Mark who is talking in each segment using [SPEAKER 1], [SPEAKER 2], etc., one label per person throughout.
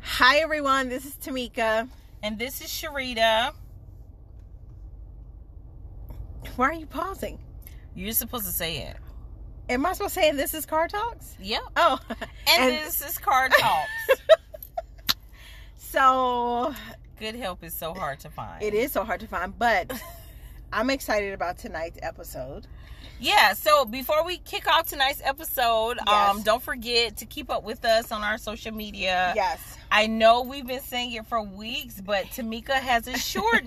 [SPEAKER 1] Hi everyone, this is Tamika.
[SPEAKER 2] And this is Sharita.
[SPEAKER 1] Why are you pausing?
[SPEAKER 2] You're supposed to say it.
[SPEAKER 1] Am I supposed to say this is Car Talks?
[SPEAKER 2] Yep.
[SPEAKER 1] Oh,
[SPEAKER 2] And, this is Car Talks.
[SPEAKER 1] so
[SPEAKER 2] Good help is so hard to find.
[SPEAKER 1] it is so hard to find, but I'm excited about tonight's episode.
[SPEAKER 2] Yeah, so before we kick off tonight's episode, um,
[SPEAKER 1] Yes.
[SPEAKER 2] don't forget to keep up with us on our social media.
[SPEAKER 1] yes,
[SPEAKER 2] I know we've been saying it for weeks, but Tamika has assured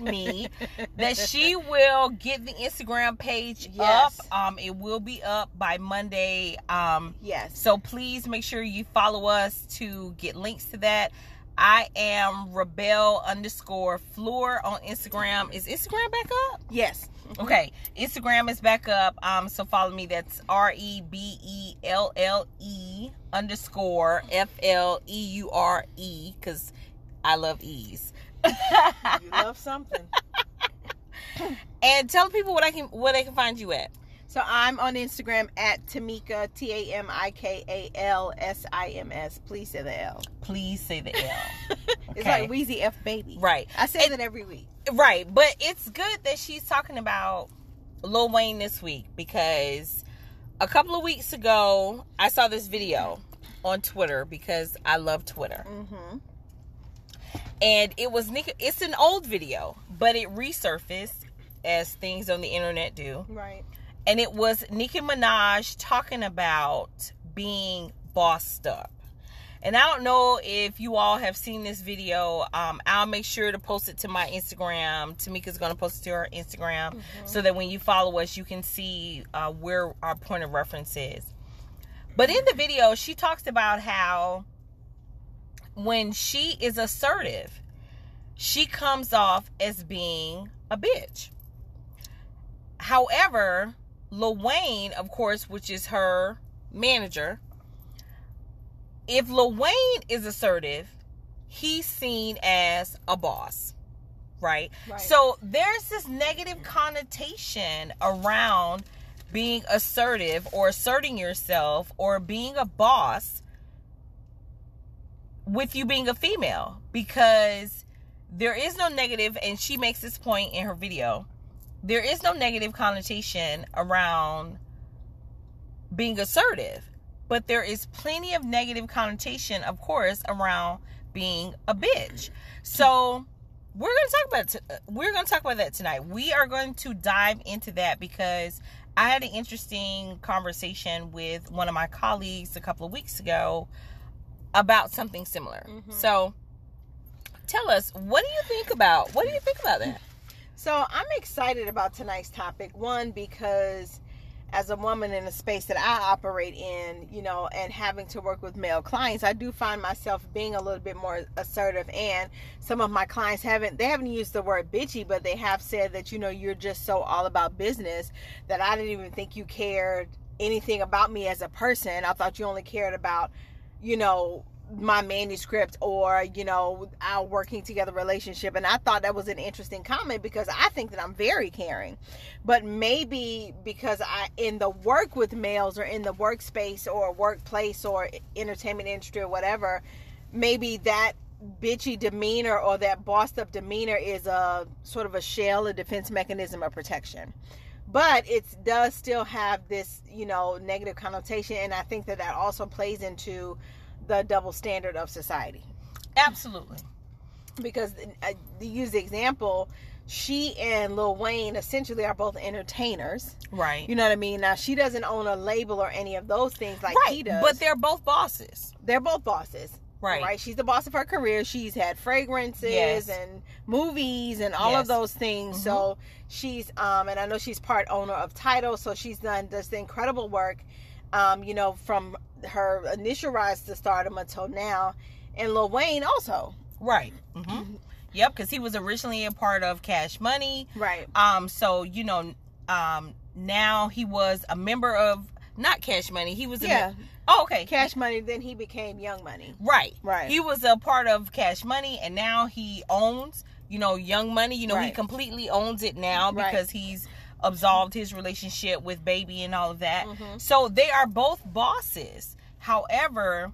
[SPEAKER 2] me that she will get the Instagram page
[SPEAKER 1] Yes.
[SPEAKER 2] up. Um, it will be up by Monday. Um,
[SPEAKER 1] yes,
[SPEAKER 2] So please make sure you follow us to get links to that. I am Rebel underscore Fleur on Instagram. Is Instagram back up?
[SPEAKER 1] yes,
[SPEAKER 2] Okay, Instagram is back up. Um, so follow me. That's R E B E L L E underscore F L E U R E because I love E's.
[SPEAKER 1] you love something.
[SPEAKER 2] and tell people what I can where they can find you at.
[SPEAKER 1] So I'm on Instagram at Tamika T A M I K A L S I M S. Please say the L.
[SPEAKER 2] Please say the L.
[SPEAKER 1] It's like Wheezy F baby.
[SPEAKER 2] right.
[SPEAKER 1] I say that every week.
[SPEAKER 2] Right, but it's good that she's talking about Lil Wayne this week because a couple of weeks ago I saw this video on Twitter because I love Twitter.
[SPEAKER 1] Mm-hmm.
[SPEAKER 2] And it was Nicki it's an old video, but it resurfaced as things on the internet do.
[SPEAKER 1] Right.
[SPEAKER 2] And it was Nicki Minaj talking about being bossed up. And I don't know if you all have seen this video. Um, I'll make sure to post it to my Instagram. Tamika's going to post it to her Instagram so that when you follow us, you can see uh, where our point of reference is. But in the video, she talks about how when she is assertive, she comes off as being a bitch. However, Lil Wayne, of course, which is her manager, if Lil Wayne is assertive, he's seen as a boss, right?
[SPEAKER 1] Right.
[SPEAKER 2] So there's this negative connotation around being assertive or asserting yourself or being a boss with you being a female because there is no negative, and she makes this point in her video there is no negative connotation around being assertive, but there is plenty of negative connotation, of course, around being a bitch. So we're gonna talk about t- we're gonna talk about that tonight. We are going to dive into that because I had an interesting conversation with one of my colleagues a couple of weeks ago about something similar.
[SPEAKER 1] Mhm.
[SPEAKER 2] So tell us what do you think about what do you think about that?
[SPEAKER 1] So I'm excited about tonight's topic. One, because as a woman in the space that I operate in, you know, and having to work with male clients, I do find myself being a little bit more assertive. And some of my clients haven't, they haven't used the word bitchy, but they have said that, you know, you're just so all about business that I didn't even think you cared anything about me as a person. I thought you only cared about, you know, my manuscript or you know our working together relationship and i thought that was an interesting comment because i think that i'm very caring but maybe because i in the work with males or in the workspace or workplace or entertainment industry or whatever maybe that bitchy demeanor or that bossed up demeanor is a sort of a shell a defense mechanism of protection but it does still have this you know negative connotation and i think that that also plays into the double standard of society
[SPEAKER 2] Absolutely.
[SPEAKER 1] because uh, to use the example she and lil wayne essentially are both entertainers
[SPEAKER 2] Right.
[SPEAKER 1] you know what i mean now she doesn't own a label or any of those things like
[SPEAKER 2] right,
[SPEAKER 1] he does
[SPEAKER 2] but they're both bosses.
[SPEAKER 1] they're both bosses
[SPEAKER 2] Right.
[SPEAKER 1] right she's the boss of her career she's had fragrances
[SPEAKER 2] Yes.
[SPEAKER 1] and movies and all
[SPEAKER 2] Yes.
[SPEAKER 1] of those things so she's um and i know she's part owner of title so she's done this incredible work um you know from her initial rise to stardom until now and lil wayne also
[SPEAKER 2] Right.
[SPEAKER 1] Mm-hmm.
[SPEAKER 2] hmm Yep, because he was originally a part of Cash Money.
[SPEAKER 1] right
[SPEAKER 2] Um, so you know, um, now he was a member of not Cash Money. He was a
[SPEAKER 1] yeah
[SPEAKER 2] mem- oh, okay,
[SPEAKER 1] cash money then he became young money
[SPEAKER 2] right.
[SPEAKER 1] right
[SPEAKER 2] He was a part of Cash Money, and now he owns you know Young Money. You know, he
[SPEAKER 1] Right.
[SPEAKER 2] completely owns it now
[SPEAKER 1] Right.
[SPEAKER 2] because he's absolved his relationship with Baby and all of that.
[SPEAKER 1] Mhm.
[SPEAKER 2] So they are both bosses. However,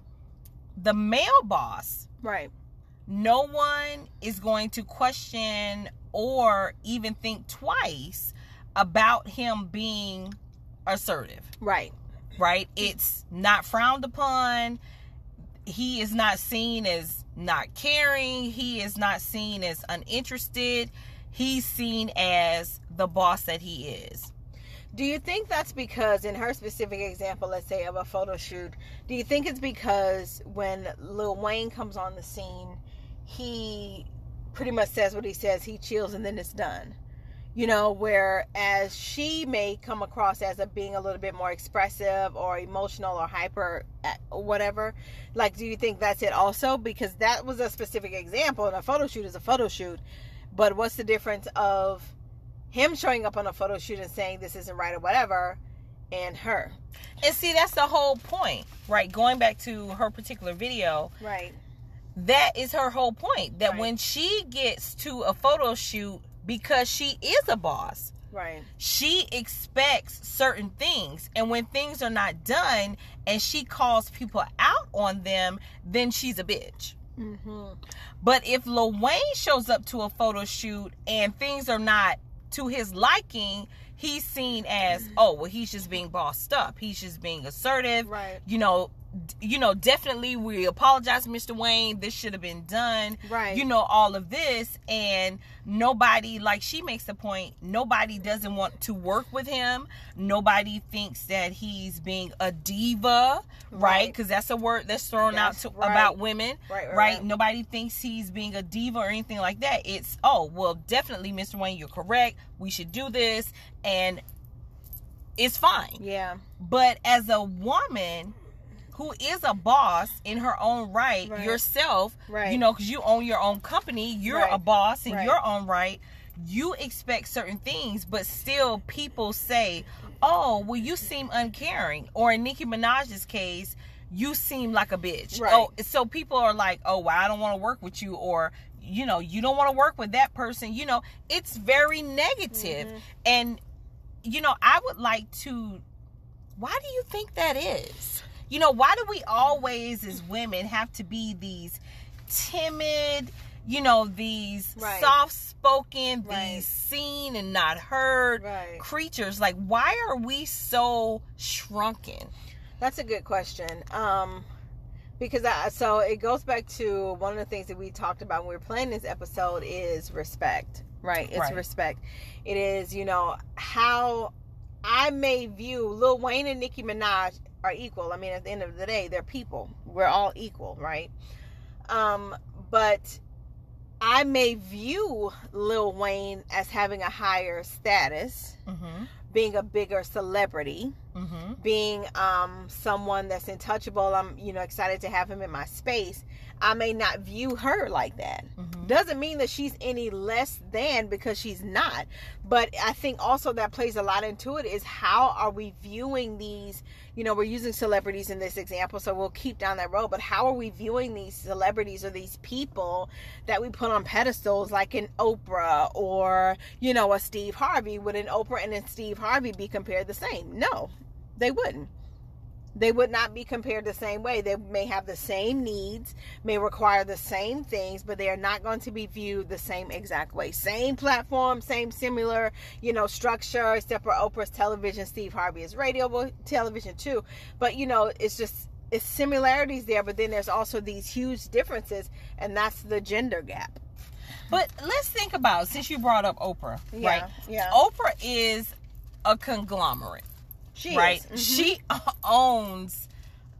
[SPEAKER 2] the male boss
[SPEAKER 1] right
[SPEAKER 2] no one is going to question or even think twice about him being assertive,
[SPEAKER 1] Right.
[SPEAKER 2] right? It's not frowned upon. He is not seen as not caring. He is not seen as uninterested. He's seen as the boss that he is.
[SPEAKER 1] Do you think that's because, in her specific example, let's say of a photo shoot, do you think it's because when Lil Wayne comes on the scene, he pretty much says what he says, he chills, and then it's done? You know, whereas she may come across as a being a little bit more expressive or emotional or hyper, uh, whatever. Like, do you think that's it also? Because that was a specific example, and a photo shoot is a photo shoot. But what's the difference of him showing up on a photo shoot and saying this isn't right or whatever, and her.
[SPEAKER 2] And see, that's the whole point, right? Going back to her particular video,
[SPEAKER 1] Right.
[SPEAKER 2] that is her whole point that
[SPEAKER 1] Right.
[SPEAKER 2] when she gets to a photo shoot because she is a boss
[SPEAKER 1] Right.
[SPEAKER 2] she expects certain things and when things are not done and she calls people out on them then she's a bitch
[SPEAKER 1] Mm-hmm.
[SPEAKER 2] but if Lil Wayne shows up to a photo shoot and things are not to his liking he's seen as oh well he's just being bossed up he's just being assertive
[SPEAKER 1] Right.
[SPEAKER 2] you know d- you know definitely we apologize mr wayne this should have been done
[SPEAKER 1] Right.
[SPEAKER 2] you know all of this and nobody like she makes the point nobody doesn't want to work with him nobody thinks that he's being a diva right
[SPEAKER 1] Right.
[SPEAKER 2] because that's a word that's thrown
[SPEAKER 1] That's
[SPEAKER 2] out to,
[SPEAKER 1] right.
[SPEAKER 2] about women
[SPEAKER 1] Right, right,
[SPEAKER 2] right,
[SPEAKER 1] right.
[SPEAKER 2] nobody thinks he's being a diva or anything like that it's oh well definitely mr wayne you're correct we should do this and it's fine
[SPEAKER 1] Yeah.
[SPEAKER 2] but as a woman who is a boss in her own right,
[SPEAKER 1] Right.
[SPEAKER 2] yourself,
[SPEAKER 1] Right.
[SPEAKER 2] you know, because you own your own company, you're a
[SPEAKER 1] Right.
[SPEAKER 2] boss in
[SPEAKER 1] Right.
[SPEAKER 2] your own right. You expect certain things, but still people say, oh, well, you seem uncaring. Or in Nicki Minaj's case, you seem like a bitch.
[SPEAKER 1] Right.
[SPEAKER 2] Oh, so people are like, oh, well, I don't want to work with you. Or, you know, you don't want to work with that person. You know, it's very negative.
[SPEAKER 1] Mhm.
[SPEAKER 2] And, you know, I would like to why do you think that is? You know, why do we always, as women, have to be these timid, you know, these
[SPEAKER 1] Right.
[SPEAKER 2] soft spoken,
[SPEAKER 1] Right.
[SPEAKER 2] these seen and not heard
[SPEAKER 1] Right.
[SPEAKER 2] creatures? Like, why are we so shrunken?
[SPEAKER 1] That's a good question. Um, because I so it goes back to one of the things that we talked about when we were planning this episode is respect. Right. It's
[SPEAKER 2] Right.
[SPEAKER 1] respect. It is, you know, how I may view Lil Wayne and Nicki Minaj are equal. I mean, at the end of the day, they're people. We're all equal, right? Um, but I may view Lil Wayne as having a higher status,
[SPEAKER 2] Mm-hmm.
[SPEAKER 1] being a bigger celebrity
[SPEAKER 2] Mm-hmm.
[SPEAKER 1] being um, someone that's intouchable, I'm you know excited to have him in my space. I may not view her like that.
[SPEAKER 2] Mm-hmm.
[SPEAKER 1] Doesn't mean that she's any less than because she's not. But I think also that plays a lot into it is how are we viewing these? You know, we're using celebrities in this example, so we'll keep down that road. But how are we viewing these celebrities or these people that we put on pedestals, like an Oprah or you know a Steve Harvey? Would an Oprah and a Steve Harvey be compared the same? No, they wouldn't. They would not be compared the same way. They may have the same needs, may require the same things, but they are not going to be viewed the same exact way. Same platform, same similar, you know, structure, except for Oprah's television, Steve Harvey is radio well, television too. But you know, it's just it's similarities there, but then there's also these huge differences, and that's the gender gap.
[SPEAKER 2] But let's think about since you brought up Oprah,
[SPEAKER 1] Yeah,
[SPEAKER 2] right?
[SPEAKER 1] yeah.
[SPEAKER 2] Oprah is a conglomerate.
[SPEAKER 1] She
[SPEAKER 2] right?
[SPEAKER 1] is. Mhm.
[SPEAKER 2] She owns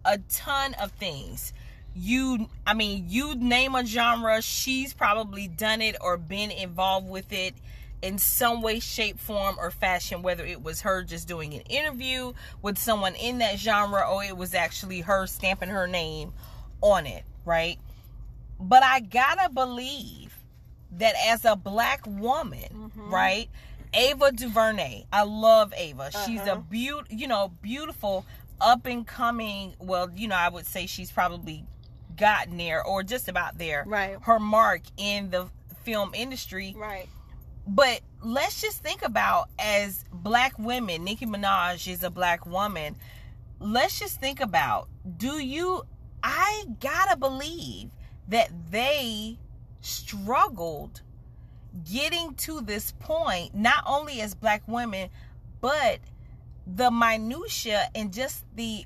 [SPEAKER 2] a ton of things. You, I mean, you name a genre, she's probably done it or been involved with it in some way, shape, form, or fashion. Whether it was her just doing an interview with someone in that genre, or it was actually her stamping her name on it, right? But I gotta believe that as a black woman,
[SPEAKER 1] Mm-hmm.
[SPEAKER 2] right? Ava DuVernay. I love Ava. She's a
[SPEAKER 1] Uh-huh.
[SPEAKER 2] beaut, you know, beautiful up and coming. Well, you know, I would say she's probably gotten there or just about there.
[SPEAKER 1] Right.
[SPEAKER 2] Her mark in the film industry.
[SPEAKER 1] Right.
[SPEAKER 2] But let's just think about as black women, Nicki Minaj is a black woman. Let's just think about do you I gotta believe that they struggled getting to this point, not only as black women, but the minutia and just the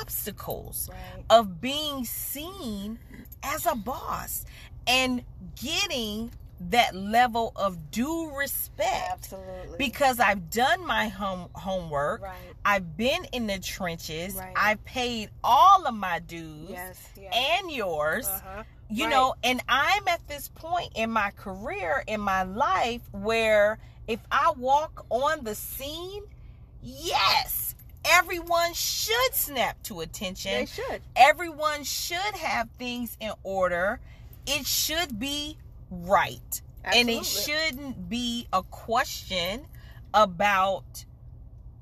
[SPEAKER 2] obstacles
[SPEAKER 1] Right.
[SPEAKER 2] of being seen as a boss and getting that level of due respect
[SPEAKER 1] Absolutely.
[SPEAKER 2] because I've done my home homework.
[SPEAKER 1] right.
[SPEAKER 2] I've been in the trenches.
[SPEAKER 1] Right.
[SPEAKER 2] I've paid all of my dues
[SPEAKER 1] Yes. Yes.
[SPEAKER 2] and yours.
[SPEAKER 1] uh-huh.
[SPEAKER 2] You
[SPEAKER 1] right.
[SPEAKER 2] know, and I'm at this point in my career, in my life, where if I walk on the scene, yes, everyone should snap to
[SPEAKER 1] They
[SPEAKER 2] attention.
[SPEAKER 1] should.
[SPEAKER 2] Everyone should have things in order. It should be right
[SPEAKER 1] Absolutely.
[SPEAKER 2] and it shouldn't be a question about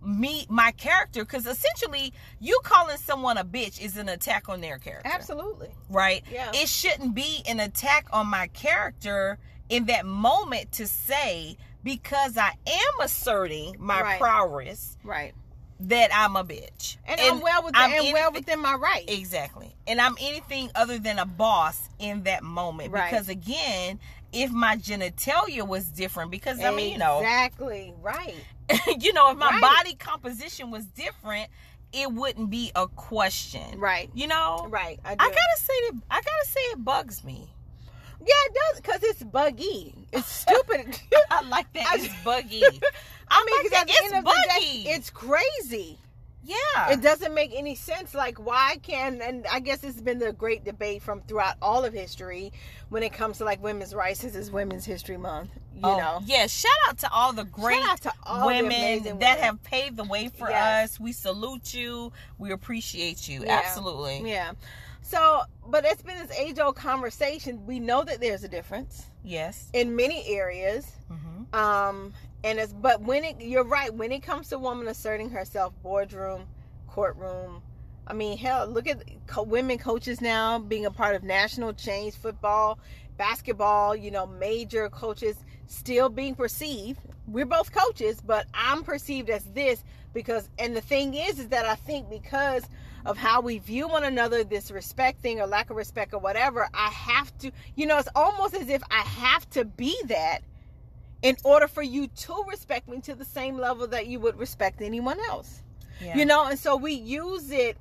[SPEAKER 2] me my character because essentially you calling someone a bitch is an attack on their character
[SPEAKER 1] Absolutely.
[SPEAKER 2] right
[SPEAKER 1] Yeah.
[SPEAKER 2] it shouldn't be an attack on my character in that moment to say because i am asserting my
[SPEAKER 1] Right.
[SPEAKER 2] prowess
[SPEAKER 1] right.
[SPEAKER 2] that i'm a bitch
[SPEAKER 1] And, I'm well within,
[SPEAKER 2] I'm
[SPEAKER 1] and well
[SPEAKER 2] anything-
[SPEAKER 1] within my right.
[SPEAKER 2] Exactly. And I'm anything other than a boss in that moment.
[SPEAKER 1] Right.
[SPEAKER 2] Because again, if my genitalia was different, because I mean, you know,
[SPEAKER 1] Exactly. Right.
[SPEAKER 2] you know, if my
[SPEAKER 1] Right.
[SPEAKER 2] body composition was different, it wouldn't be a question.
[SPEAKER 1] Right.
[SPEAKER 2] You know?
[SPEAKER 1] Right. I, do.
[SPEAKER 2] I gotta say that I gotta say it bugs me.
[SPEAKER 1] Yeah, it does because it's buggy. It's stupid.
[SPEAKER 2] I like that.
[SPEAKER 1] I-
[SPEAKER 2] It's buggy.
[SPEAKER 1] I mean,
[SPEAKER 2] like
[SPEAKER 1] because
[SPEAKER 2] that.
[SPEAKER 1] at the
[SPEAKER 2] It's
[SPEAKER 1] end of
[SPEAKER 2] buggy.
[SPEAKER 1] the day, it's crazy.
[SPEAKER 2] yeah.
[SPEAKER 1] It doesn't make any sense. Like, why can and I guess it's been the great debate from throughout all of history when it comes to like women's rights. This is Women's History Month. You
[SPEAKER 2] Oh,
[SPEAKER 1] know,
[SPEAKER 2] Yeah, shout out to all the great
[SPEAKER 1] Shout out to all the
[SPEAKER 2] women
[SPEAKER 1] amazing
[SPEAKER 2] that
[SPEAKER 1] women.
[SPEAKER 2] have paved the way for
[SPEAKER 1] Yes.
[SPEAKER 2] us. We salute you. We appreciate you.
[SPEAKER 1] Yeah.
[SPEAKER 2] Absolutely.
[SPEAKER 1] yeah. So, but it's been this age-old conversation. We know that there's a difference
[SPEAKER 2] Yes.
[SPEAKER 1] in many areas.
[SPEAKER 2] Mm-hmm.
[SPEAKER 1] Um, and it's but when it you're right when it comes to woman asserting herself, boardroom, courtroom. I mean, hell, look at co- women coaches now being a part of national change football, basketball. You know, major coaches still being perceived. We're both coaches, but I'm perceived as this because. And the thing is, is that I think because of how we view one another, this respect thing or lack of respect or whatever, I have to. You know, it's almost as if I have to be that in order for you to respect me to the same level that you would respect anyone else.
[SPEAKER 2] Yeah.
[SPEAKER 1] You know, and so we use it,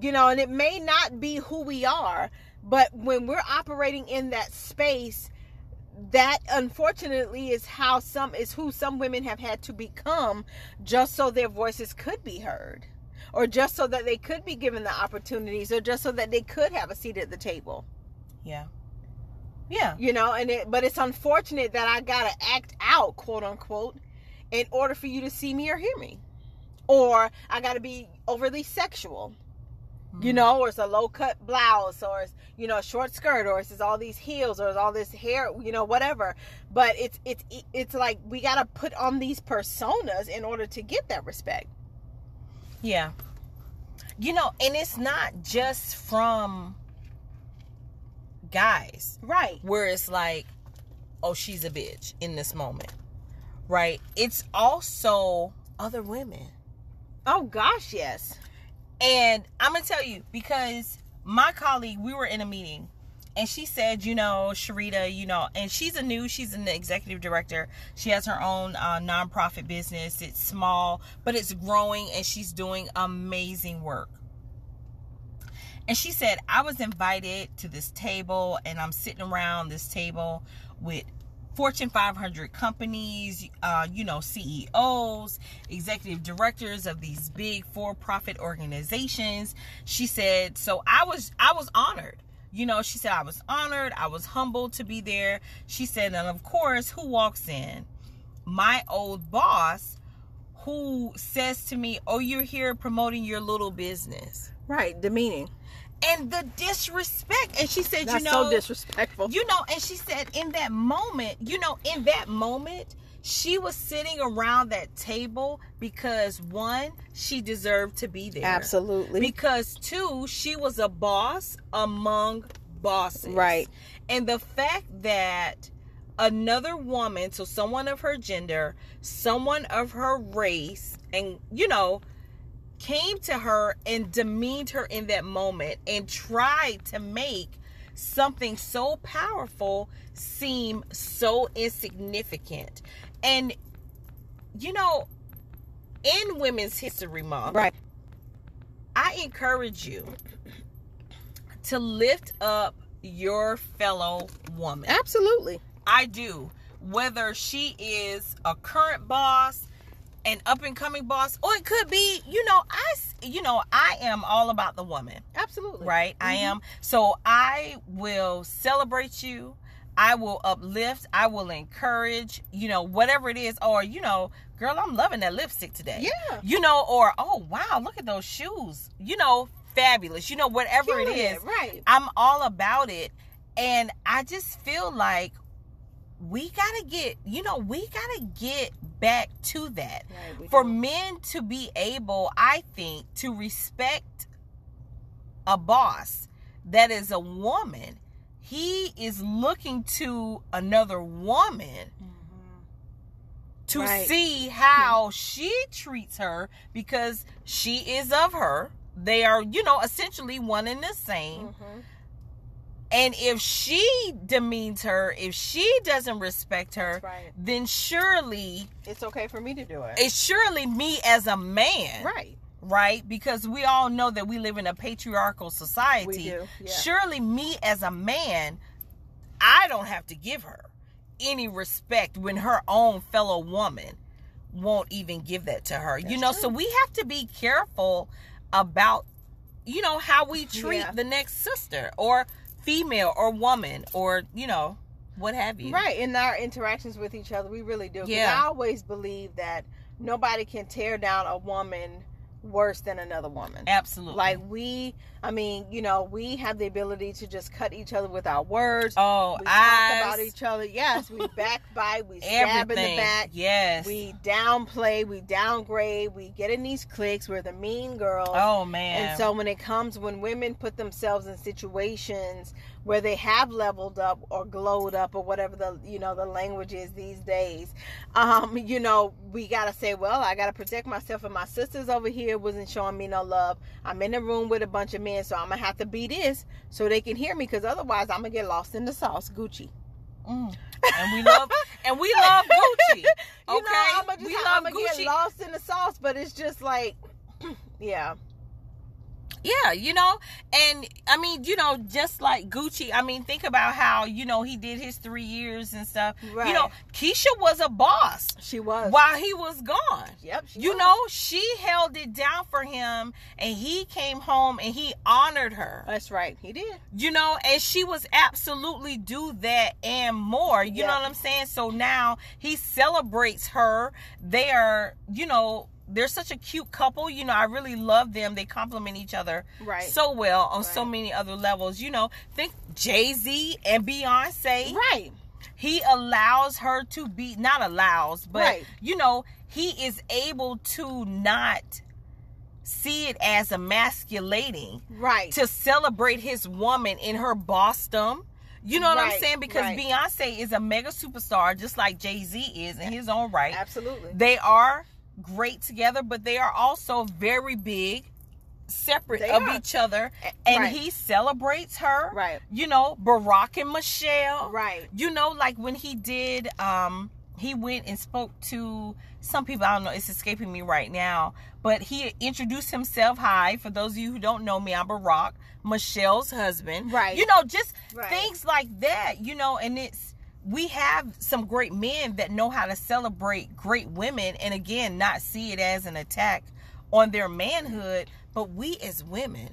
[SPEAKER 1] you know, and it may not be who we are, but when we're operating in that space, that unfortunately is how some is who some women have had to become just so their voices could be heard or just so that they could be given the opportunities or just so that they could have a seat at the table
[SPEAKER 2] Yeah. Yeah.
[SPEAKER 1] you know and it but it's unfortunate that i gotta act out quote unquote in order for you to see me or hear me or i gotta be overly sexual you know or it's a low cut blouse or it's you know a short skirt or it's just all these heels or it's all this hair you know whatever but it's it's e, it's like we gotta put on these personas in order to get that respect
[SPEAKER 2] Mm-hmm. Yeah. You know, and it's not just from guys
[SPEAKER 1] right
[SPEAKER 2] where it's like, oh, she's a bitch in this moment, right? It's also other women.
[SPEAKER 1] oh gosh yes
[SPEAKER 2] And I'm gonna tell you because my colleague, we were in a meeting, and she said, you know, Sharita, you know, and she's a new, she's an executive director. She has her own uh, nonprofit business. It's small, but it's growing, and she's doing amazing work. And she said, I was invited to this table, and I'm sitting around this table with Fortune 500 companies, uh, you know, CEOs, executive directors of these big for-profit organizations. She said, so I was I was honored. You know, she said I was honored, I was humbled to be there. She said, and of course, who walks in? My old boss who says to me, "Oh, you're here promoting your little business."
[SPEAKER 1] right demeaning
[SPEAKER 2] And the disrespect. And she said,
[SPEAKER 1] that's
[SPEAKER 2] "You know,
[SPEAKER 1] so disrespectful
[SPEAKER 2] you know, and she said in that moment, you know, in that moment, she was sitting around that table because one, she deserved to be there.
[SPEAKER 1] absolutely
[SPEAKER 2] Because two, she was a boss among bosses.
[SPEAKER 1] Right.
[SPEAKER 2] And the fact that another woman, so someone of her gender, someone of her race, and you know, came to her and demeaned her in that moment and tried to make something so powerful seem so insignificant. And you know, in Women's History Month,
[SPEAKER 1] Right.
[SPEAKER 2] I encourage you to lift up your fellow woman.
[SPEAKER 1] Absolutely.
[SPEAKER 2] I do. Whether she is a current boss, an up and coming boss, or it could be, you know, I, s- you know, I am all about the woman,
[SPEAKER 1] Absolutely.
[SPEAKER 2] right? I
[SPEAKER 1] Mhm.
[SPEAKER 2] am. So I will celebrate you. I will uplift. I will encourage. You know, whatever it is, or you know, girl, I'm loving that lipstick today.
[SPEAKER 1] Yeah.
[SPEAKER 2] You know, or oh wow, look at those shoes. You know, fabulous. You know, whatever it
[SPEAKER 1] Killing
[SPEAKER 2] is,
[SPEAKER 1] Right.
[SPEAKER 2] I'm all about it. And I just feel like we got to get, you know, we got to get back to that.
[SPEAKER 1] Right, we
[SPEAKER 2] For
[SPEAKER 1] do.
[SPEAKER 2] men to be able, I think, to respect a boss that is a woman, he is looking to another woman
[SPEAKER 1] Mhm.
[SPEAKER 2] to
[SPEAKER 1] Right.
[SPEAKER 2] see how she treats her because she is of her. They are, you know, essentially one and the same.
[SPEAKER 1] Mhm.
[SPEAKER 2] And if she demeans her, if she doesn't respect her,
[SPEAKER 1] That's right.
[SPEAKER 2] then surely
[SPEAKER 1] It's okay for me to do it.
[SPEAKER 2] it's surely me as a man,
[SPEAKER 1] right.
[SPEAKER 2] right? Because we all know that we live in a patriarchal society.
[SPEAKER 1] We do. Yeah.
[SPEAKER 2] Surely me as a man, I don't have to give her any respect when her own fellow woman won't even give that to her. you
[SPEAKER 1] That's
[SPEAKER 2] know,
[SPEAKER 1] true.
[SPEAKER 2] so we have to be careful about you know how we treat
[SPEAKER 1] Yeah.
[SPEAKER 2] the next sister or female or woman or you know what have you.
[SPEAKER 1] Right. In our interactions with each other, we really do. 'Cause
[SPEAKER 2] Yeah.
[SPEAKER 1] I always believe that nobody can tear down a woman worse than another woman.
[SPEAKER 2] Absolutely.
[SPEAKER 1] Like we, I mean, you know, we have the ability to just cut each other with our words.
[SPEAKER 2] oh,
[SPEAKER 1] we
[SPEAKER 2] eyes,
[SPEAKER 1] talk about each other. Yes, we backbite, we stab in
[SPEAKER 2] everything.
[SPEAKER 1] the back.
[SPEAKER 2] Yes.
[SPEAKER 1] We downplay, we downgrade, we get in these cliques. We're the mean girls.
[SPEAKER 2] oh man.
[SPEAKER 1] And so when it comes when women put themselves in situations where they have leveled up or glowed up or whatever the you know the language is these days, um, you know, we gotta say, Well, I gotta protect myself and my sisters over here wasn't showing me no love. I'm in a room with a bunch of men, so I'm gonna have to be this so they can hear me because otherwise I'm gonna get lost in the sauce, Gucci.
[SPEAKER 2] Mm. And we love and we love Gucci.
[SPEAKER 1] You
[SPEAKER 2] Okay.
[SPEAKER 1] know, I'm gonna,
[SPEAKER 2] we
[SPEAKER 1] just,
[SPEAKER 2] love
[SPEAKER 1] I'm gonna
[SPEAKER 2] Gucci.
[SPEAKER 1] get lost in the sauce, but it's just like yeah.
[SPEAKER 2] yeah, you know, and I mean, you know, just like Gucci, I mean, think about how, you know, he did his three years and stuff.
[SPEAKER 1] Right.
[SPEAKER 2] You know, Keisha was a boss
[SPEAKER 1] She was.
[SPEAKER 2] while he was gone.
[SPEAKER 1] Yep. she
[SPEAKER 2] You
[SPEAKER 1] was.
[SPEAKER 2] know, she held it down for him and he came home and he honored her.
[SPEAKER 1] That's right. He did.
[SPEAKER 2] you know and she was absolutely do that and more you know
[SPEAKER 1] Yeah.
[SPEAKER 2] what i'm saying so now he celebrates her they are you know they're such a cute couple you know i really love them they complement each other
[SPEAKER 1] Right.
[SPEAKER 2] so well on so
[SPEAKER 1] Right.
[SPEAKER 2] many other levels you know think jay-z and beyonce
[SPEAKER 1] right.
[SPEAKER 2] he allows her to be not allows but
[SPEAKER 1] Right.
[SPEAKER 2] you know he is able to not see it as emasculating
[SPEAKER 1] Right.
[SPEAKER 2] to celebrate his woman in her bossdom. You know what I'm
[SPEAKER 1] Right,
[SPEAKER 2] saying? Because
[SPEAKER 1] right.
[SPEAKER 2] Beyonce is a mega superstar, just like Jay Z is in his own right.
[SPEAKER 1] Absolutely.
[SPEAKER 2] They are great together, but they are also very big, separate
[SPEAKER 1] They
[SPEAKER 2] of
[SPEAKER 1] are.
[SPEAKER 2] each other.
[SPEAKER 1] A-
[SPEAKER 2] And
[SPEAKER 1] right.
[SPEAKER 2] he celebrates her.
[SPEAKER 1] right.
[SPEAKER 2] You know, Barack and Michelle.
[SPEAKER 1] Right.
[SPEAKER 2] You know, like when he did, um, he went and spoke to some people. I don't know; it's escaping me right now. But he introduced himself. Hi, for those of you who don't know me, I'm Barack, Michelle's husband.
[SPEAKER 1] Right.
[SPEAKER 2] You know, just
[SPEAKER 1] Right.
[SPEAKER 2] things like that. You know, and it's we have some great men that know how to celebrate great women, and again, not see it as an attack on their manhood. But we as women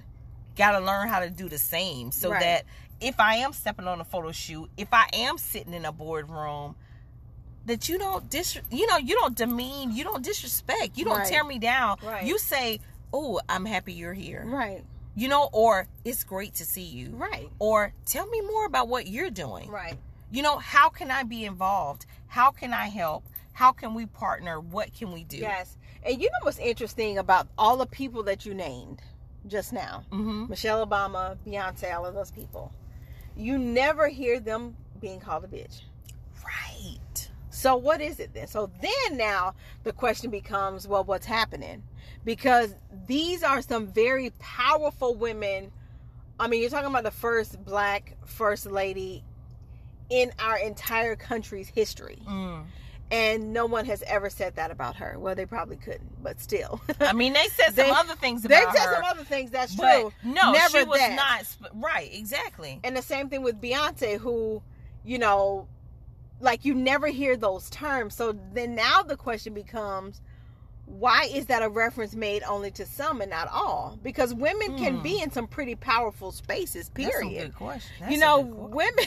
[SPEAKER 2] got to learn how to do the same, so
[SPEAKER 1] Right.
[SPEAKER 2] that if I am stepping on a photo shoot, if I am sitting in a boardroom, that you don't dis, you know, you don't demean, you don't disrespect, you don't
[SPEAKER 1] Right.
[SPEAKER 2] tear me down.
[SPEAKER 1] Right.
[SPEAKER 2] You say, "Oh, I'm happy you're here,"
[SPEAKER 1] Right.
[SPEAKER 2] you know, or "It's great to see you,"
[SPEAKER 1] Right.
[SPEAKER 2] or "Tell me more about what you're doing."
[SPEAKER 1] Right.
[SPEAKER 2] You know, how can I be involved? How can I help? How can we partner? What can we do?
[SPEAKER 1] Yes. And you know what's interesting about all the people that you named just now?
[SPEAKER 2] hmm
[SPEAKER 1] Michelle Obama, Beyonce, all of those people. You never hear them being called a bitch.
[SPEAKER 2] Right.
[SPEAKER 1] So what is it then? So then now the question becomes, well, what's happening? Because these are some very powerful women I mean, you're talking about the first black first lady in our entire country's history.
[SPEAKER 2] Mm.
[SPEAKER 1] And no one has ever said that about her. Well, they probably couldn't, but still.
[SPEAKER 2] I mean, they said some
[SPEAKER 1] They-
[SPEAKER 2] other things
[SPEAKER 1] they
[SPEAKER 2] about
[SPEAKER 1] said
[SPEAKER 2] her.
[SPEAKER 1] some other things, that's
[SPEAKER 2] but
[SPEAKER 1] true.
[SPEAKER 2] no,
[SPEAKER 1] Never
[SPEAKER 2] she was
[SPEAKER 1] that.
[SPEAKER 2] not sp- right. Exactly.
[SPEAKER 1] And the same thing with Beyonce, who, you know, like you never hear those terms. So then now the question becomes why is that a reference made only to some and not all? Because women
[SPEAKER 2] Hmm.
[SPEAKER 1] can be in some pretty powerful spaces,
[SPEAKER 2] That's a
[SPEAKER 1] period.
[SPEAKER 2] good question.
[SPEAKER 1] You
[SPEAKER 2] That's a
[SPEAKER 1] know,
[SPEAKER 2] good que-
[SPEAKER 1] women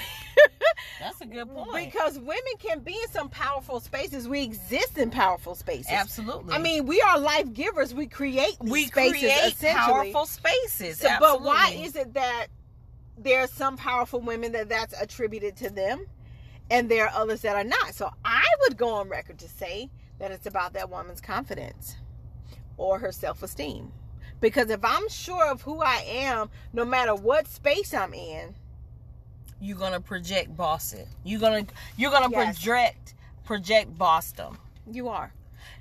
[SPEAKER 2] that's a good point.
[SPEAKER 1] because women can be in some powerful spaces. We exist in powerful spaces.
[SPEAKER 2] Absolutely.
[SPEAKER 1] I mean, we are life givers. We create these
[SPEAKER 2] we
[SPEAKER 1] spaces
[SPEAKER 2] create
[SPEAKER 1] essentially.
[SPEAKER 2] powerful spaces.
[SPEAKER 1] So, but why
[SPEAKER 2] absolutely.
[SPEAKER 1] is it that there are some powerful women that that's attributed to them, and there are others that are not? So I would go on record to say that it's about that woman's confidence or her self-esteem, because if I'm sure of who I am, no matter what space I'm in,
[SPEAKER 2] you're gonna project boss it? You're gonna you're gonna
[SPEAKER 1] Yes.
[SPEAKER 2] project project bossdom,
[SPEAKER 1] you are.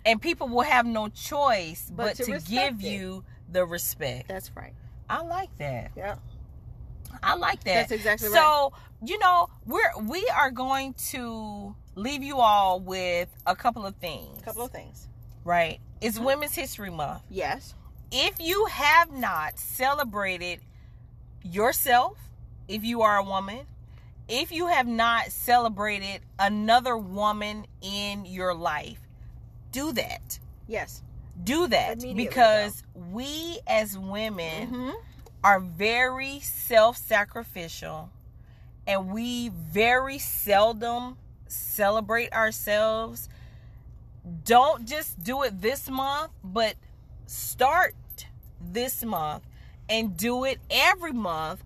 [SPEAKER 2] and people will have no choice but,
[SPEAKER 1] But to
[SPEAKER 2] to,
[SPEAKER 1] respect
[SPEAKER 2] give
[SPEAKER 1] it.
[SPEAKER 2] you the respect.
[SPEAKER 1] That's right.
[SPEAKER 2] I like that.
[SPEAKER 1] Yeah,
[SPEAKER 2] I like that.
[SPEAKER 1] that's exactly right.
[SPEAKER 2] So, you know, we're we are going to leave you all with a couple of things.
[SPEAKER 1] A couple of Uh-huh. things.
[SPEAKER 2] right. It's Women's History Month.
[SPEAKER 1] Yes.
[SPEAKER 2] If you have not celebrated yourself, if you are a woman, if you have not celebrated another woman in your life, do that.
[SPEAKER 1] Yes.
[SPEAKER 2] Do that
[SPEAKER 1] Immediately,
[SPEAKER 2] because we as women
[SPEAKER 1] hmm
[SPEAKER 2] are very self-sacrificial and we very seldom celebrate ourselves don't just do it this month but start this month and do it every month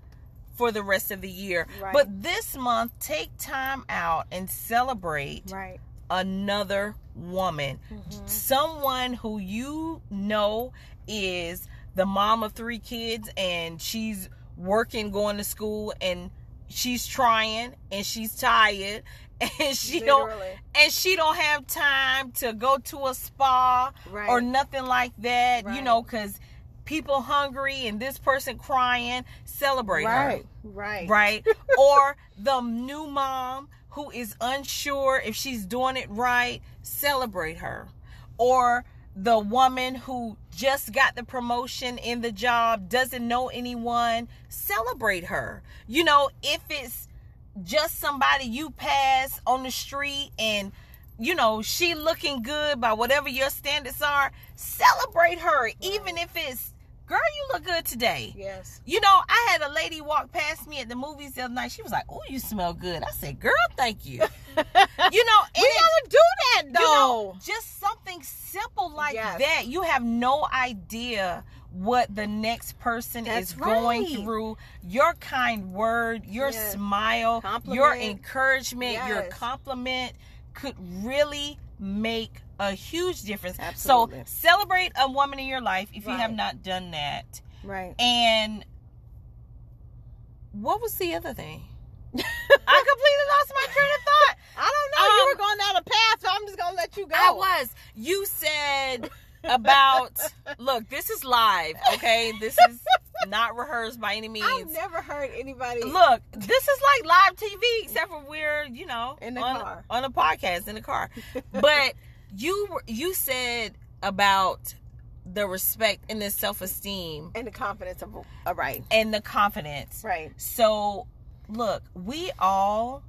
[SPEAKER 2] for the rest of the year
[SPEAKER 1] Right.
[SPEAKER 2] but this month take time out and celebrate
[SPEAKER 1] Right.
[SPEAKER 2] another woman
[SPEAKER 1] Mhm.
[SPEAKER 2] someone who you know is the mom of three kids and she's working going to school and she's trying and she's tired and she don't
[SPEAKER 1] Literally.
[SPEAKER 2] and she don't have time to go to a spa
[SPEAKER 1] Right.
[SPEAKER 2] or nothing like that you
[SPEAKER 1] Right.
[SPEAKER 2] know cuz people hungry and this person crying celebrate her
[SPEAKER 1] right. Right.
[SPEAKER 2] right? or the new mom who is unsure if she's doing it right, celebrate her. Or the woman who just got the promotion in the job, doesn't know anyone, celebrate her. You know, if it's just somebody you pass on the street and you know she looking good by whatever your standards are celebrate her even if it's girl you look good today
[SPEAKER 1] Yes.
[SPEAKER 2] you know, I had a lady walk past me at the movies the other night. She was like, "Oh, you smell good." I said, "Girl, thank you." you know, and
[SPEAKER 1] we gotta do that
[SPEAKER 2] you
[SPEAKER 1] though.
[SPEAKER 2] know, just something simple like
[SPEAKER 1] Yes.
[SPEAKER 2] that. You have no idea what the next person
[SPEAKER 1] That's
[SPEAKER 2] is going
[SPEAKER 1] right.
[SPEAKER 2] through. Your kind word, your
[SPEAKER 1] Yes.
[SPEAKER 2] smile, your
[SPEAKER 1] Compliment.
[SPEAKER 2] encouragement, your
[SPEAKER 1] Yes.
[SPEAKER 2] compliment could really make a huge difference. So
[SPEAKER 1] Absolutely.
[SPEAKER 2] celebrate a woman in your life if you have
[SPEAKER 1] Right.
[SPEAKER 2] not done that.
[SPEAKER 1] Right.
[SPEAKER 2] And what was the other thing? I completely lost my train of thought.
[SPEAKER 1] I don't know. you
[SPEAKER 2] Um,
[SPEAKER 1] were going down a path, so I'm just gonna let you go.
[SPEAKER 2] I was. You said about look, this is live, okay? This is not rehearsed by any
[SPEAKER 1] I've
[SPEAKER 2] means.
[SPEAKER 1] never heard anybody.
[SPEAKER 2] Look, this is like live TV, except for we're, you know,
[SPEAKER 1] In the
[SPEAKER 2] on,
[SPEAKER 1] car.
[SPEAKER 2] on a podcast in the car. But you were- you said about the respect and the self esteem
[SPEAKER 1] and the confidence of all right,
[SPEAKER 2] and the confidence.
[SPEAKER 1] right,
[SPEAKER 2] So, look, we all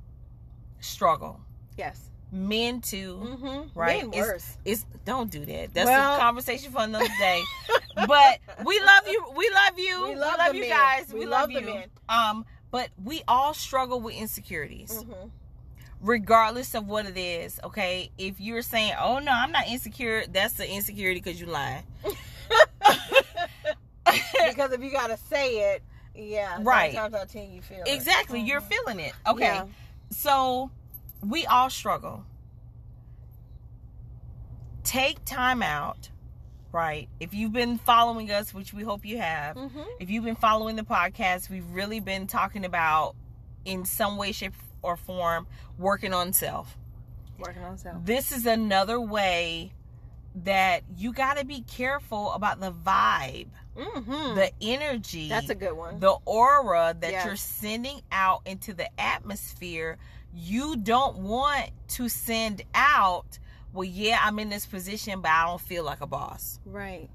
[SPEAKER 2] struggle.
[SPEAKER 1] yes,
[SPEAKER 2] Men too.
[SPEAKER 1] mm-hmm.
[SPEAKER 2] Right.
[SPEAKER 1] Men
[SPEAKER 2] It's-
[SPEAKER 1] worse.
[SPEAKER 2] It's don't do that. That's
[SPEAKER 1] Well-
[SPEAKER 2] a conversation for another day. but we love you. We love you.
[SPEAKER 1] We love the
[SPEAKER 2] you
[SPEAKER 1] men.
[SPEAKER 2] guys. We,
[SPEAKER 1] We
[SPEAKER 2] love,
[SPEAKER 1] love the
[SPEAKER 2] you.
[SPEAKER 1] men.
[SPEAKER 2] Um, but we all struggle with insecurities,
[SPEAKER 1] Mhm.
[SPEAKER 2] regardless of what it is. Okay, if you're saying, "Oh no, I'm not insecure," that's the insecurity because you lying.
[SPEAKER 1] because if you gotta say it, yeah,
[SPEAKER 2] Right.
[SPEAKER 1] Sometimes I'll tell you feel it.
[SPEAKER 2] Exactly, you're
[SPEAKER 1] Mhm.
[SPEAKER 2] feeling it. Okay,
[SPEAKER 1] Yeah.
[SPEAKER 2] So we all struggle. Take time out, right? If you've been following us, which we hope you have,
[SPEAKER 1] Mhm.
[SPEAKER 2] if you've been following the podcast, we've really been talking about, in some way, shape, or form, working on self.
[SPEAKER 1] Working on self.
[SPEAKER 2] This is another way that you got to be careful about the vibe
[SPEAKER 1] Mm-hmm.
[SPEAKER 2] the energy
[SPEAKER 1] That's a good one.
[SPEAKER 2] the aura that
[SPEAKER 1] Yes.
[SPEAKER 2] you're sending out into the atmosphere you don't want to send out well yeah i'm in this position but i don't feel like a boss
[SPEAKER 1] right.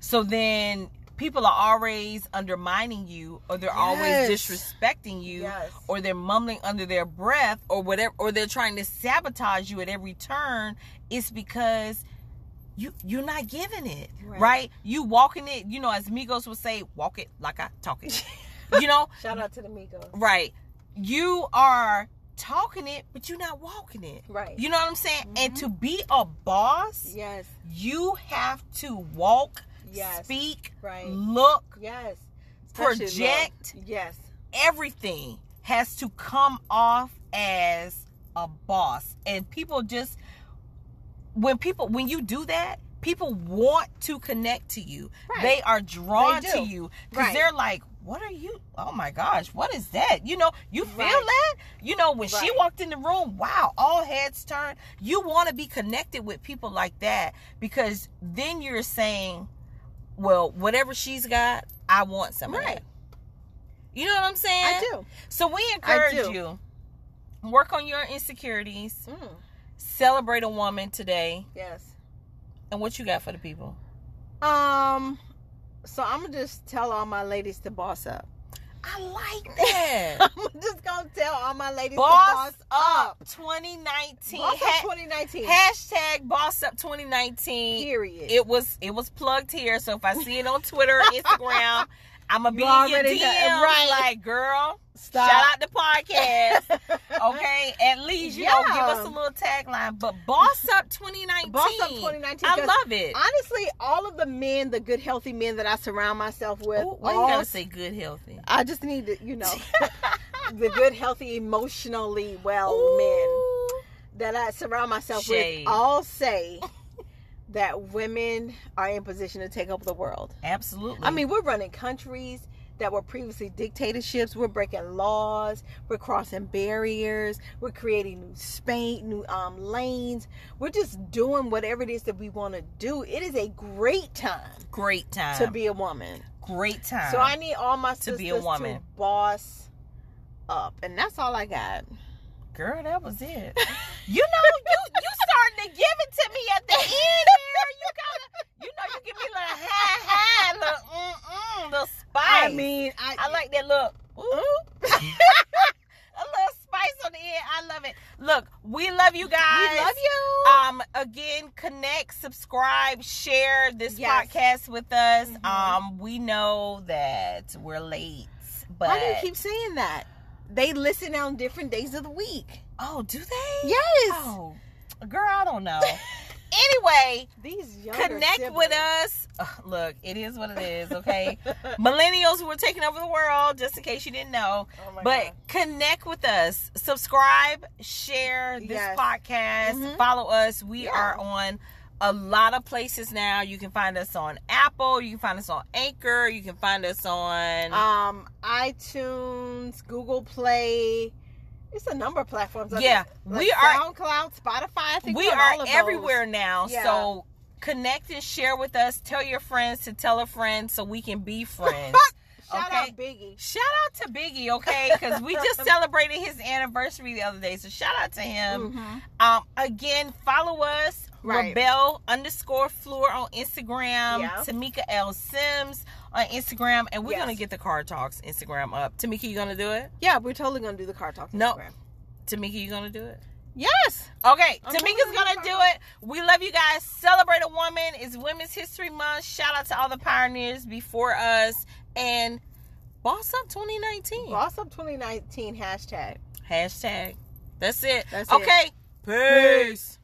[SPEAKER 2] so then people are always undermining you or they're always
[SPEAKER 1] Yes.
[SPEAKER 2] disrespecting you
[SPEAKER 1] Yes.
[SPEAKER 2] or they're mumbling under their breath or whatever or they're trying to sabotage you at every turn it's because you you're not giving it right,
[SPEAKER 1] Right.
[SPEAKER 2] you walking it you know as migos would say walk it like i talk it you know
[SPEAKER 1] Shout out to the Migos.
[SPEAKER 2] right you are talking it but you're not walking it
[SPEAKER 1] Right.
[SPEAKER 2] you know what i'm saying
[SPEAKER 1] Mm-hmm.
[SPEAKER 2] and to be a boss
[SPEAKER 1] yes.
[SPEAKER 2] you have to walk
[SPEAKER 1] Yes.
[SPEAKER 2] speak
[SPEAKER 1] Right.
[SPEAKER 2] look
[SPEAKER 1] Yes. Especially
[SPEAKER 2] project
[SPEAKER 1] love. Yes.
[SPEAKER 2] everything has to come off as a boss and people just when people when you do that people want to connect to you
[SPEAKER 1] Right.
[SPEAKER 2] they are drawn
[SPEAKER 1] They
[SPEAKER 2] to
[SPEAKER 1] do.
[SPEAKER 2] you because
[SPEAKER 1] Right.
[SPEAKER 2] they're like what are you oh my gosh what is that you know you feel
[SPEAKER 1] Right.
[SPEAKER 2] that you know when she
[SPEAKER 1] Right.
[SPEAKER 2] walked in the room wow all heads turned you want to be connected with people like that because then you're saying well whatever she's got i want some of
[SPEAKER 1] Right.
[SPEAKER 2] that you know what i'm saying
[SPEAKER 1] I do.
[SPEAKER 2] so we
[SPEAKER 1] I
[SPEAKER 2] encourage
[SPEAKER 1] do.
[SPEAKER 2] you work on your insecurities,
[SPEAKER 1] Mm.
[SPEAKER 2] celebrate a woman today,
[SPEAKER 1] Yes.
[SPEAKER 2] and what you got for the people.
[SPEAKER 1] Um. So I'm gonna just tell all my ladies to boss up.
[SPEAKER 2] I like that.
[SPEAKER 1] I'm just gonna tell all my ladies
[SPEAKER 2] boss
[SPEAKER 1] to boss
[SPEAKER 2] up 2019.
[SPEAKER 1] Boss
[SPEAKER 2] Ha-
[SPEAKER 1] up 2019.
[SPEAKER 2] hashtag boss up 2019.
[SPEAKER 1] period.
[SPEAKER 2] It was it was plugged here, so if I see it on Twitter or Instagram, I'ma be in your
[SPEAKER 1] already
[SPEAKER 2] DMs
[SPEAKER 1] know- right.
[SPEAKER 2] like girl.
[SPEAKER 1] Stop.
[SPEAKER 2] Shout out the podcast. Okay, at least you know, give us
[SPEAKER 1] Yeah.
[SPEAKER 2] a little tagline. But boss up 2019.
[SPEAKER 1] Boss up 2019.
[SPEAKER 2] I
[SPEAKER 1] 'cause
[SPEAKER 2] love it.
[SPEAKER 1] Honestly, all of the men, the good, healthy men that I surround myself with,
[SPEAKER 2] Ooh, why you
[SPEAKER 1] all-
[SPEAKER 2] gotta say good healthy?
[SPEAKER 1] I just need to, you know, the good, healthy, emotionally well men
[SPEAKER 2] Ooh.
[SPEAKER 1] that I surround myself
[SPEAKER 2] Shade.
[SPEAKER 1] with all say that women are in position to take over the world.
[SPEAKER 2] Absolutely.
[SPEAKER 1] I mean, we're running countries that were previously dictatorships. We're breaking laws. We're crossing barriers. We're creating new space, new um, lanes. We're just doing whatever it is that we want to do. It is a great time
[SPEAKER 2] great time.
[SPEAKER 1] to be a woman.
[SPEAKER 2] great time.
[SPEAKER 1] So I need all my
[SPEAKER 2] To
[SPEAKER 1] sisters
[SPEAKER 2] be a woman.
[SPEAKER 1] to boss up, and that's all I got.
[SPEAKER 2] girl, that was it. You know, you you starting to give it to me at the end. Here. You gotta, you know, you give me a little high, high, little mm mm, little
[SPEAKER 1] I
[SPEAKER 2] spice.
[SPEAKER 1] mean, I,
[SPEAKER 2] I like that look. Ooh. a little spice on the end. I love it. Look, we love you guys.
[SPEAKER 1] We love you.
[SPEAKER 2] um again connect subscribe share this
[SPEAKER 1] Yes.
[SPEAKER 2] podcast with us
[SPEAKER 1] Mhm.
[SPEAKER 2] um we know that we're late but
[SPEAKER 1] Why do you keep saying that? They listen on different days of the week.
[SPEAKER 2] oh do they
[SPEAKER 1] Yes.
[SPEAKER 2] oh girl i don't know anyway
[SPEAKER 1] These younger
[SPEAKER 2] connect with us Ugh, look it is what it is okay millennials who are taking over the world just in case you didn't know
[SPEAKER 1] Oh my
[SPEAKER 2] but
[SPEAKER 1] God.
[SPEAKER 2] connect with us subscribe share this
[SPEAKER 1] Yes.
[SPEAKER 2] podcast
[SPEAKER 1] Mhm.
[SPEAKER 2] follow us we
[SPEAKER 1] Yeah.
[SPEAKER 2] are on a lot of places now you can find us on apple you can find us on anchor you can find us on
[SPEAKER 1] um iTunes, Google Play. It's a number of platforms. I
[SPEAKER 2] Yeah,
[SPEAKER 1] think.
[SPEAKER 2] we are-
[SPEAKER 1] SoundCloud, Spotify. I think
[SPEAKER 2] we
[SPEAKER 1] we're on
[SPEAKER 2] are
[SPEAKER 1] all of those.
[SPEAKER 2] everywhere now
[SPEAKER 1] Yeah.
[SPEAKER 2] so connect and share with us tell your friends to tell a friend so we can be friends
[SPEAKER 1] Shout
[SPEAKER 2] okay?
[SPEAKER 1] out Biggie.
[SPEAKER 2] Shout out to Biggie, okay? Because we just celebrated his anniversary the other day. So shout out to him.
[SPEAKER 1] Mhm.
[SPEAKER 2] Um, again, follow us,
[SPEAKER 1] Right.
[SPEAKER 2] Rebel underscore Fleur on Instagram,
[SPEAKER 1] Yeah.
[SPEAKER 2] Tamika L. Sims on Instagram, and we're
[SPEAKER 1] Yes.
[SPEAKER 2] gonna get the Car Talks Instagram up. Tamika, you gonna do it?
[SPEAKER 1] Yeah, we're totally gonna do the car talk.
[SPEAKER 2] No.
[SPEAKER 1] Instagram.
[SPEAKER 2] Tamika, you gonna do it?
[SPEAKER 1] Yes.
[SPEAKER 2] Okay,
[SPEAKER 1] I'm
[SPEAKER 2] Tamika's
[SPEAKER 1] totally
[SPEAKER 2] gonna
[SPEAKER 1] gonna
[SPEAKER 2] do
[SPEAKER 1] do
[SPEAKER 2] it. We love you guys. Celebrate a woman. It's Women's History Month. Shout out to all the pioneers before us and boss up 2019.
[SPEAKER 1] Boss Up 2019 hashtag.
[SPEAKER 2] Hashtag. That's it.
[SPEAKER 1] That's it.
[SPEAKER 2] okay. Peace.